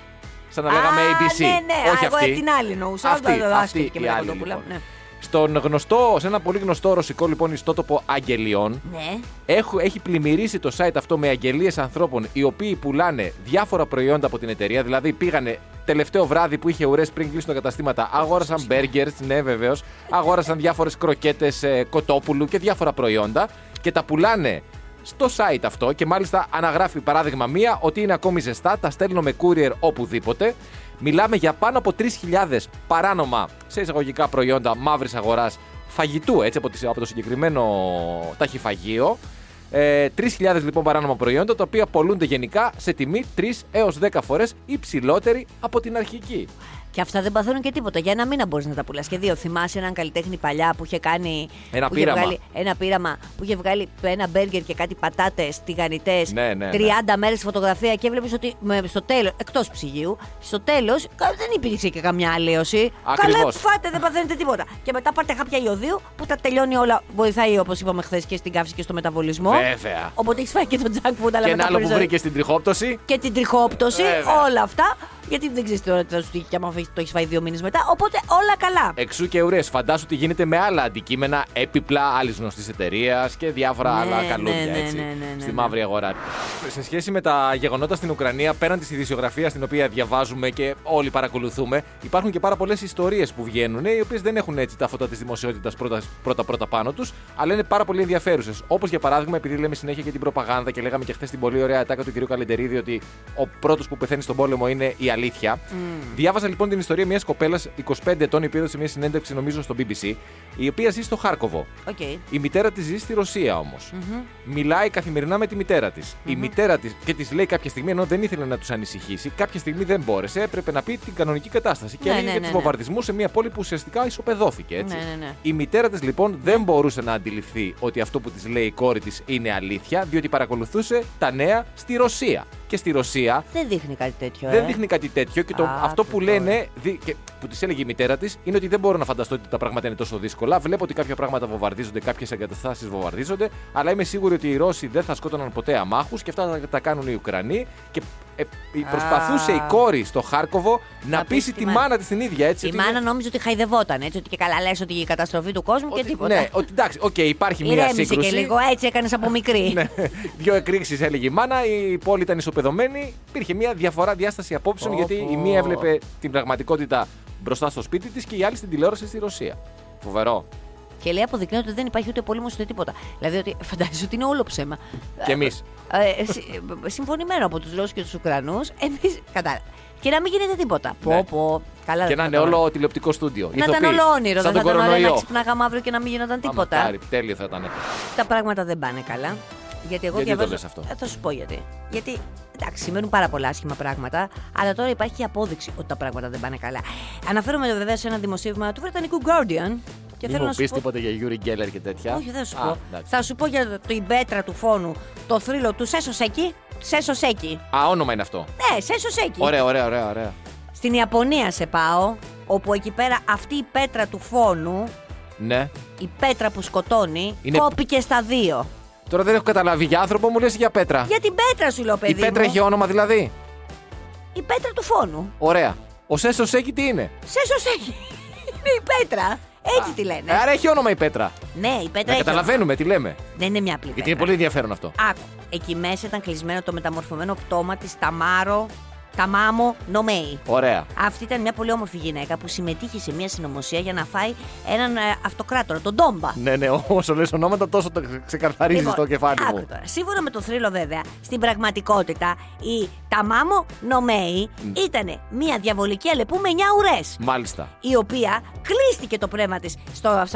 Speaker 3: Σαν να
Speaker 4: Α,
Speaker 3: λέγαμε ABC.
Speaker 4: ναι, ναι,
Speaker 3: όχι
Speaker 4: εγώ
Speaker 3: αυτή.
Speaker 4: την άλλη εννοούσα.
Speaker 3: Αυτή,
Speaker 4: Αυτή,
Speaker 3: αυτή
Speaker 4: και
Speaker 3: η
Speaker 4: με τα
Speaker 3: άλλη,
Speaker 4: κοτόπουλα.
Speaker 3: λοιπόν.
Speaker 4: Ναι.
Speaker 3: Στον γνωστό, σε ένα πολύ γνωστό ρωσικό λοιπόν ιστότοπο αγγελιών,
Speaker 4: ναι.
Speaker 3: έχου- έχει πλημμυρίσει το site αυτό με αγγελίες ανθρώπων οι οποίοι πουλάνε διάφορα προϊόντα από την εταιρεία. Δηλαδή πήγανε τελευταίο βράδυ που είχε ουρές πριν κλείσουν τα καταστήματα, αγόρασαν μπέργκερ, ναι βεβαίως, αγόρασαν διάφορες κροκέτες κοτόπουλου και διάφορα προϊόντα και τα πουλάνε στο site αυτό και μάλιστα αναγράφει παράδειγμα μία ότι είναι ακόμη ζεστά, τα στέλνω με courier οπουδήποτε. Μιλάμε για πάνω από 3.000 παράνομα σε εισαγωγικά προϊόντα μαύρης αγοράς φαγητού, έτσι από τις- από το συγκεκριμένο ταχυφαγείο. Ε, 3.000 λοιπόν παράνομα προϊόντα τα οποία πολλούνται γενικά σε τιμή 3 έως 10 φορές υψηλότερη από την αρχική.
Speaker 4: Και αυτά δεν παθαίνουν και τίποτα. Για ένα μήνα μπορείς να τα πουλάς. Και δύο, θυμάσαι έναν καλλιτέχνη παλιά που είχε κάνει.
Speaker 3: Ένα
Speaker 4: που
Speaker 3: πείραμα.
Speaker 4: Είχε βγάλει, ένα πείραμα που είχε βγάλει ένα μπέργκερ και κάτι πατάτες, τηγανιτές.
Speaker 3: Ναι, ναι, ναι.
Speaker 4: 30 μέρε φωτογραφία και έβλεπες ότι με- στο τέλος, εκτός ψυγείου, στο τέλος δεν υπήρξε και καμιά αλλίωση.
Speaker 3: Ακριβώς.
Speaker 4: Καλά, φάτε, δεν παθαίνετε τίποτα. Και μετά πάρτε χάπια ιωδίου που τα τελειώνει όλα. Βοηθάει, όπως είπαμε χθες, και στην καύση και στο μεταβολισμό.
Speaker 3: Βέβαια.
Speaker 4: Οπότε έχεις φάει και το junk food, αλλά
Speaker 3: και
Speaker 4: μετά
Speaker 3: ένα άλλο που
Speaker 4: χωρίς-
Speaker 3: βρήκε στην τριχόπτωση.
Speaker 4: και την τριχόπτωση,
Speaker 3: Βέβαια.
Speaker 4: όλα αυτά. Γιατί δεν ξέρεις τώρα τι θα σου τύχει και άμα φύγεις- το έχεις φάει δύο μήνες μετά. Οπότε όλα καλά.
Speaker 3: Εξού και ουρές. Φαντάσου τι γίνεται με άλλα αντικείμενα, έπιπλα άλλη γνωστή εταιρείας και διάφορα
Speaker 4: Ναι,
Speaker 3: άλλα
Speaker 4: ναι,
Speaker 3: καλούδια
Speaker 4: ναι,
Speaker 3: έτσι,
Speaker 4: ναι, ναι, ναι,
Speaker 3: στη
Speaker 4: ναι.
Speaker 3: μαύρη αγορά. Σε σχέση με τα γεγονότα στην Ουκρανία, πέραν της ειδησιογραφίας την οποία διαβάζουμε και όλοι παρακολουθούμε, υπάρχουν και πάρα πολλές ιστορίες που βγαίνουν, οι οποίες δεν έχουν έτσι τα φώτα της δημοσιότητας πρώτα-πρώτα πάνω τους, αλλά είναι πάρα πολύ ενδιαφέρουσες. Όπως για παράδειγμα, επειδή λέμε συνέχεια και την προπαγάνδα και λέγαμε και χθες την πολύ ωραία ατάκα του κ. Καλεντερίδη ότι ο πρώτος που πεθαίνει στον πόλεμο είναι η αλήθεια. αλήθεια.
Speaker 4: Mm.
Speaker 3: Διάβαζα λοιπόν την ιστορία μιας κοπέλας 25 ετών, η οποία έδωσε μια συνέντευξη, νομίζω, στο BBC, η οποία ζει στο Χάρκοβο.
Speaker 4: Οκ.
Speaker 3: Η μητέρα της ζει στη Ρωσία όμως. Μιλάει καθημερινά με τη μητέρα της. Η μητέρα της και της λέει κάποια στιγμή, ενώ δεν ήθελε να τους ανησυχήσει, κάποια στιγμή δεν μπόρεσε, έπρεπε να πει την κανονική κατάσταση. Και
Speaker 4: Ναι,
Speaker 3: έλεγε
Speaker 4: ναι,
Speaker 3: για
Speaker 4: ναι,
Speaker 3: τους
Speaker 4: ναι.
Speaker 3: βομβαρδισμούς σε μια πόλη που ουσιαστικά ισοπεδώθηκε. Έτσι.
Speaker 4: Ναι, ναι, ναι.
Speaker 3: Η μητέρα της λοιπόν δεν μπορούσε να αντιληφθεί ότι αυτό που της λέει η κόρη της είναι αλήθεια, διότι παρακολουθούσε τα νέα στη Ρωσία. Και στη Ρωσία
Speaker 4: Δεν δείχνει κάτι τέτοιο.
Speaker 3: δεν
Speaker 4: ε.
Speaker 3: δείχνει κάτι τέτοιο και το,
Speaker 4: Άκου
Speaker 3: αυτό που
Speaker 4: τώρα.
Speaker 3: λένε, δι- και που της έλεγε η μητέρα της, είναι ότι δεν μπορώ να φανταστώ ότι τα πράγματα είναι τόσο δύσκολα. Βλέπω ότι κάποια πράγματα βομβαρδίζονται, κάποιες εγκαταστάσεις βομβαρδίζονται, αλλά είμαι σίγουρη ότι οι Ρώσοι δεν θα σκότωναν ποτέ αμάχους και αυτά τα, τα κάνουν οι Ουκρανοί. Και ε, η-
Speaker 4: Α.
Speaker 3: προσπαθούσε η κόρη στο Χάρκοβο να, πείσει τη μάνα της την ίδια έτσι.
Speaker 4: Η
Speaker 3: ότι-
Speaker 4: μάνα νόμιζε ότι χαϊδευόταν. Έτσι, ότι και καλά λες ότι η καταστροφή του κόσμου και
Speaker 3: ότι-
Speaker 4: τίποτα.
Speaker 3: Ναι, ότι εντάξει, οκ, υπάρχει μια
Speaker 4: Ηρέμησε
Speaker 3: σύγκρουση.
Speaker 4: και λίγο, έτσι έκανες από μικρή.
Speaker 3: Ναι. Δύο εκρήξεις έλεγε η μάνα, η πόλη ήταν ισοπεδωμένη. Υπήρχε μια διαφορά διάσταση απόψεων
Speaker 4: Πω,
Speaker 3: γιατί η
Speaker 4: πω.
Speaker 3: μία έβλεπε την πραγματικότητα μπροστά στο σπίτι της και η άλλη στην τηλεόραση στη Ρωσία. Φοβερό.
Speaker 4: Και λέει αποδεικνύει ότι δεν υπάρχει ούτε πόλεμος ούτε τίποτα. Δηλαδή ότι φαντάζεσαι ότι είναι όλο ψέμα.
Speaker 3: Και εμείς.
Speaker 4: Ε, ε, συ- ε, συμφωνημένο από τους Ρώσους και τους Ουκρανούς, εμείς κατάλαβα. Και να μην γίνεται τίποτα.
Speaker 3: Ναι.
Speaker 4: Πω, πω. Καλά,
Speaker 3: και
Speaker 4: δεν
Speaker 3: να
Speaker 4: θα
Speaker 3: είναι
Speaker 4: το κάνω.
Speaker 3: όλο τηλεοπτικό στούντιο.
Speaker 4: Ε, Να ήταν
Speaker 3: Ηθοποιοί.
Speaker 4: όλο όνειρο.
Speaker 3: Σαν
Speaker 4: Δεν θα
Speaker 3: τον
Speaker 4: ήταν όλα να
Speaker 3: κορονοϊό.
Speaker 4: ξυπνάγαμε αύριο και να μην γινόταν
Speaker 3: Α,
Speaker 4: τίποτα.
Speaker 3: μακάρι, τέλειο θα ήταν.
Speaker 4: Τα πράγματα δεν πάνε καλά. Γιατί εγώ
Speaker 3: Γιατί το
Speaker 4: διαβάζω.
Speaker 3: λες αυτό?
Speaker 4: Ε, Θα σου πω γιατί. Γιατί εντάξει, σημαίνουν πάρα πολλά άσχημα πράγματα, αλλά τώρα υπάρχει και απόδειξη ότι τα πράγματα δεν πάνε καλά. Αναφέρομαι βέβαια σε ένα δημοσίευμα του Βρετανικού Guardian. Και
Speaker 3: Μην
Speaker 4: θέλω
Speaker 3: μου
Speaker 4: να σου
Speaker 3: πεις
Speaker 4: πω.
Speaker 3: τίποτα για Γιούρι Γκέλλερ και τέτοια.
Speaker 4: Όχι, δεν σου
Speaker 3: Α,
Speaker 4: πω.
Speaker 3: εντάξει.
Speaker 4: Θα σου πω για την πέτρα του φόνου. Το θρύλο τους Σέσο Σέκη. Σέσο Σέκη.
Speaker 3: Α, όνομα είναι αυτό.
Speaker 4: Ναι, Σέσο Σέκη.
Speaker 3: Ωραία, ωραία, ωραία. ωραία.
Speaker 4: Στην Ιαπωνία σε πάω, όπου εκεί πέρα αυτή η πέτρα του φόνου,
Speaker 3: Ναι.
Speaker 4: η πέτρα που σκοτώνει,
Speaker 3: Είναι-
Speaker 4: κόπηκε στα δύο.
Speaker 3: Τώρα δεν έχω καταλάβει. Για άνθρωπο μου λες για πέτρα.
Speaker 4: Για την πέτρα σου λέω, παιδί
Speaker 3: Η πέτρα
Speaker 4: μου.
Speaker 3: έχει όνομα δηλαδή.
Speaker 4: Η πέτρα του φόνου.
Speaker 3: Ωραία. Ο Σέσο Σέκη τι είναι.
Speaker 4: Σε σωσέχει. Είναι η πέτρα. Έτσι τη λένε.
Speaker 3: Άρα έχει όνομα η πέτρα.
Speaker 4: Ναι, η πέτρα
Speaker 3: Να
Speaker 4: έχει
Speaker 3: καταλαβαίνουμε τι λέμε.
Speaker 4: όνομα. Δεν είναι μια απλή
Speaker 3: Γιατί
Speaker 4: πέτρα.
Speaker 3: είναι πολύ ενδιαφέρον αυτό.
Speaker 4: Άκου. Εκεί μέσα ήταν κλεισμένο το μεταμορφωμένο πτώμα της Ταμάρο Ταμάμο Νομέη.
Speaker 3: Ωραία.
Speaker 4: Αυτή ήταν μια πολύ όμορφη γυναίκα που συμμετείχε σε μια συνωμοσία για να φάει έναν ε, αυτοκράτορα, τον Τόμπα.
Speaker 3: Ναι, ναι, όσο λες ονόματα τόσο το ξεκαθαρίζει το
Speaker 4: Λοιπόν,
Speaker 3: κεφάλι
Speaker 4: άκου
Speaker 3: μου.
Speaker 4: τώρα. Σύμφωνα με το θρύλο, βέβαια, στην πραγματικότητα η Ταμάμο Νομέη ήταν μια διαβολική αλεπού με 9 ουρές.
Speaker 3: Μάλιστα.
Speaker 4: η οποία κλείστηκε το πρέμα τη σε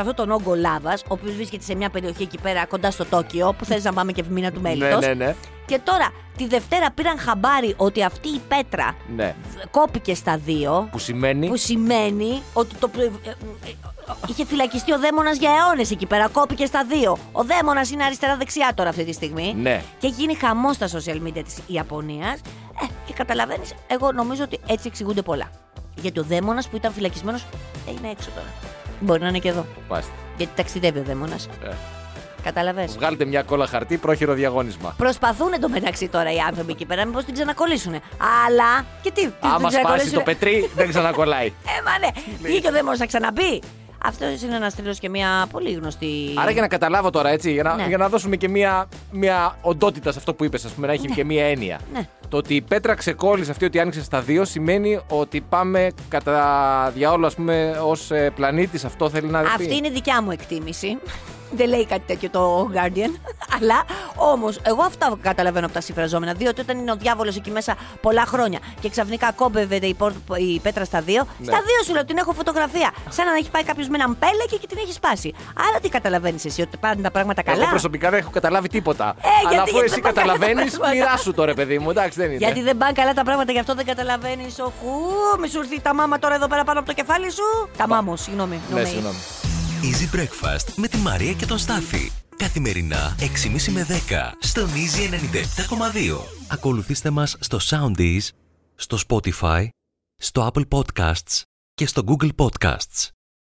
Speaker 4: αυτόν τον όγκο λάβας, ο οποίος βρίσκεται σε μια περιοχή εκεί πέρα κοντά στο Τόκιο, που θες να πάμε και μήνα του
Speaker 3: Ναι,
Speaker 4: μέλητο.
Speaker 3: ναι, ναι.
Speaker 4: Και τώρα τη Δευτέρα πήραν χαμπάρι ότι αυτή η πέτρα
Speaker 3: ναι.
Speaker 4: κόπηκε στα δύο,
Speaker 3: Που σημαίνει.
Speaker 4: που σημαίνει ότι το. προ- ε, ε, ε, Είχε φυλακιστεί ο δαίμονας για αιώνες εκεί πέρα. Κόπηκε στα δύο. Ο δαίμονας είναι αριστερά-δεξιά τώρα αυτή τη στιγμή.
Speaker 3: Ναι.
Speaker 4: Και γίνει χαμός στα social media της Ιαπωνίας. Ε, και καταλαβαίνεις, εγώ νομίζω ότι έτσι εξηγούνται πολλά. Γιατί ο δαίμονας που ήταν φυλακισμένος ε, είναι έξω τώρα. Μπορεί να είναι και εδώ.
Speaker 3: Πάστε.
Speaker 4: Γιατί ταξιδεύει ο δαίμονας.
Speaker 3: Ε.
Speaker 4: Καταλαβέ.
Speaker 3: Βγάλετε μια κόλλα χαρτί, πρόχειρο διαγώνισμα.
Speaker 4: Προσπαθούν εντωμεταξύ τώρα οι άνθρωποι εκεί πέρα, μήπως την ξανακολλήσουν. Αλλά. Και τι, τι την
Speaker 3: Άμα σπάσει
Speaker 4: ξανακολλήσουνε?
Speaker 3: το πετρί, δεν ξανακολλάει.
Speaker 4: Ε, μα ναι. Βγήκε ο δαίμονας να ξαναμπεί. Αυτός είναι ένας τρίλο και μια πολύ γνωστή.
Speaker 3: Άρα για να καταλάβω τώρα, έτσι, για να,
Speaker 4: Ε. Ναι.
Speaker 3: για να δώσουμε και μια, μια οντότητα σε αυτό που είπες, ας πούμε, να έχει και μια έννοια.
Speaker 4: Ναι.
Speaker 3: Το ότι η πέτρα ξεκόλλησε αυτή ότι άνοιξε στα δύο σημαίνει ότι πάμε κατά διαόλου, ας πούμε, ως πλανήτης. Αυτό θέλει να πει.
Speaker 4: Αυτή είναι δικιά μου εκτίμηση. Δεν λέει κάτι τέτοιο το Guardian. Αλλά όμως, εγώ αυτά καταλαβαίνω από τα συμφραζόμενα. Διότι όταν είναι ο διάβολος εκεί μέσα πολλά χρόνια και ξαφνικά κόμπευεται η, πόρ- η πέτρα στα δύο,
Speaker 3: Ναι.
Speaker 4: στα δύο σου λέω την έχω φωτογραφία. Σαν να έχει πάει κάποιος με έναν πέλεκι και την έχει σπάσει. Άρα τι καταλαβαίνεις εσύ, ότι πάνε τα πράγματα καλά.
Speaker 3: Εγώ προσωπικά δεν έχω καταλάβει τίποτα.
Speaker 4: Ε, γιατί-
Speaker 3: Αλλά αφού
Speaker 4: γιατί
Speaker 3: εσύ
Speaker 4: δεν πάνε καλά τα
Speaker 3: καταλαβαίνεις,
Speaker 4: πράγματα.
Speaker 3: μοιράσου τώρα, παιδί μου. Εντάξει, δεν είναι.
Speaker 4: Γιατί δεν πάνε καλά τα πράγματα, γι' αυτό δεν καταλαβαίνεις. Οχού, μη σου έρθει τα μάμα τώρα εδώ πέρα πάνω από το κεφάλι σου. Τα μάμος, συγγνώμη.
Speaker 3: Ναι,
Speaker 4: νομέι.
Speaker 3: συγγνώμη.
Speaker 2: Easy Breakfast με τη Μαρία και τον Στάφη. Καθημερινά 6.30 με 10 στον Easy 97.2. Ακολουθήστε μας στο Soundees, στο Spotify, στο Apple Podcasts και στο Google Podcasts.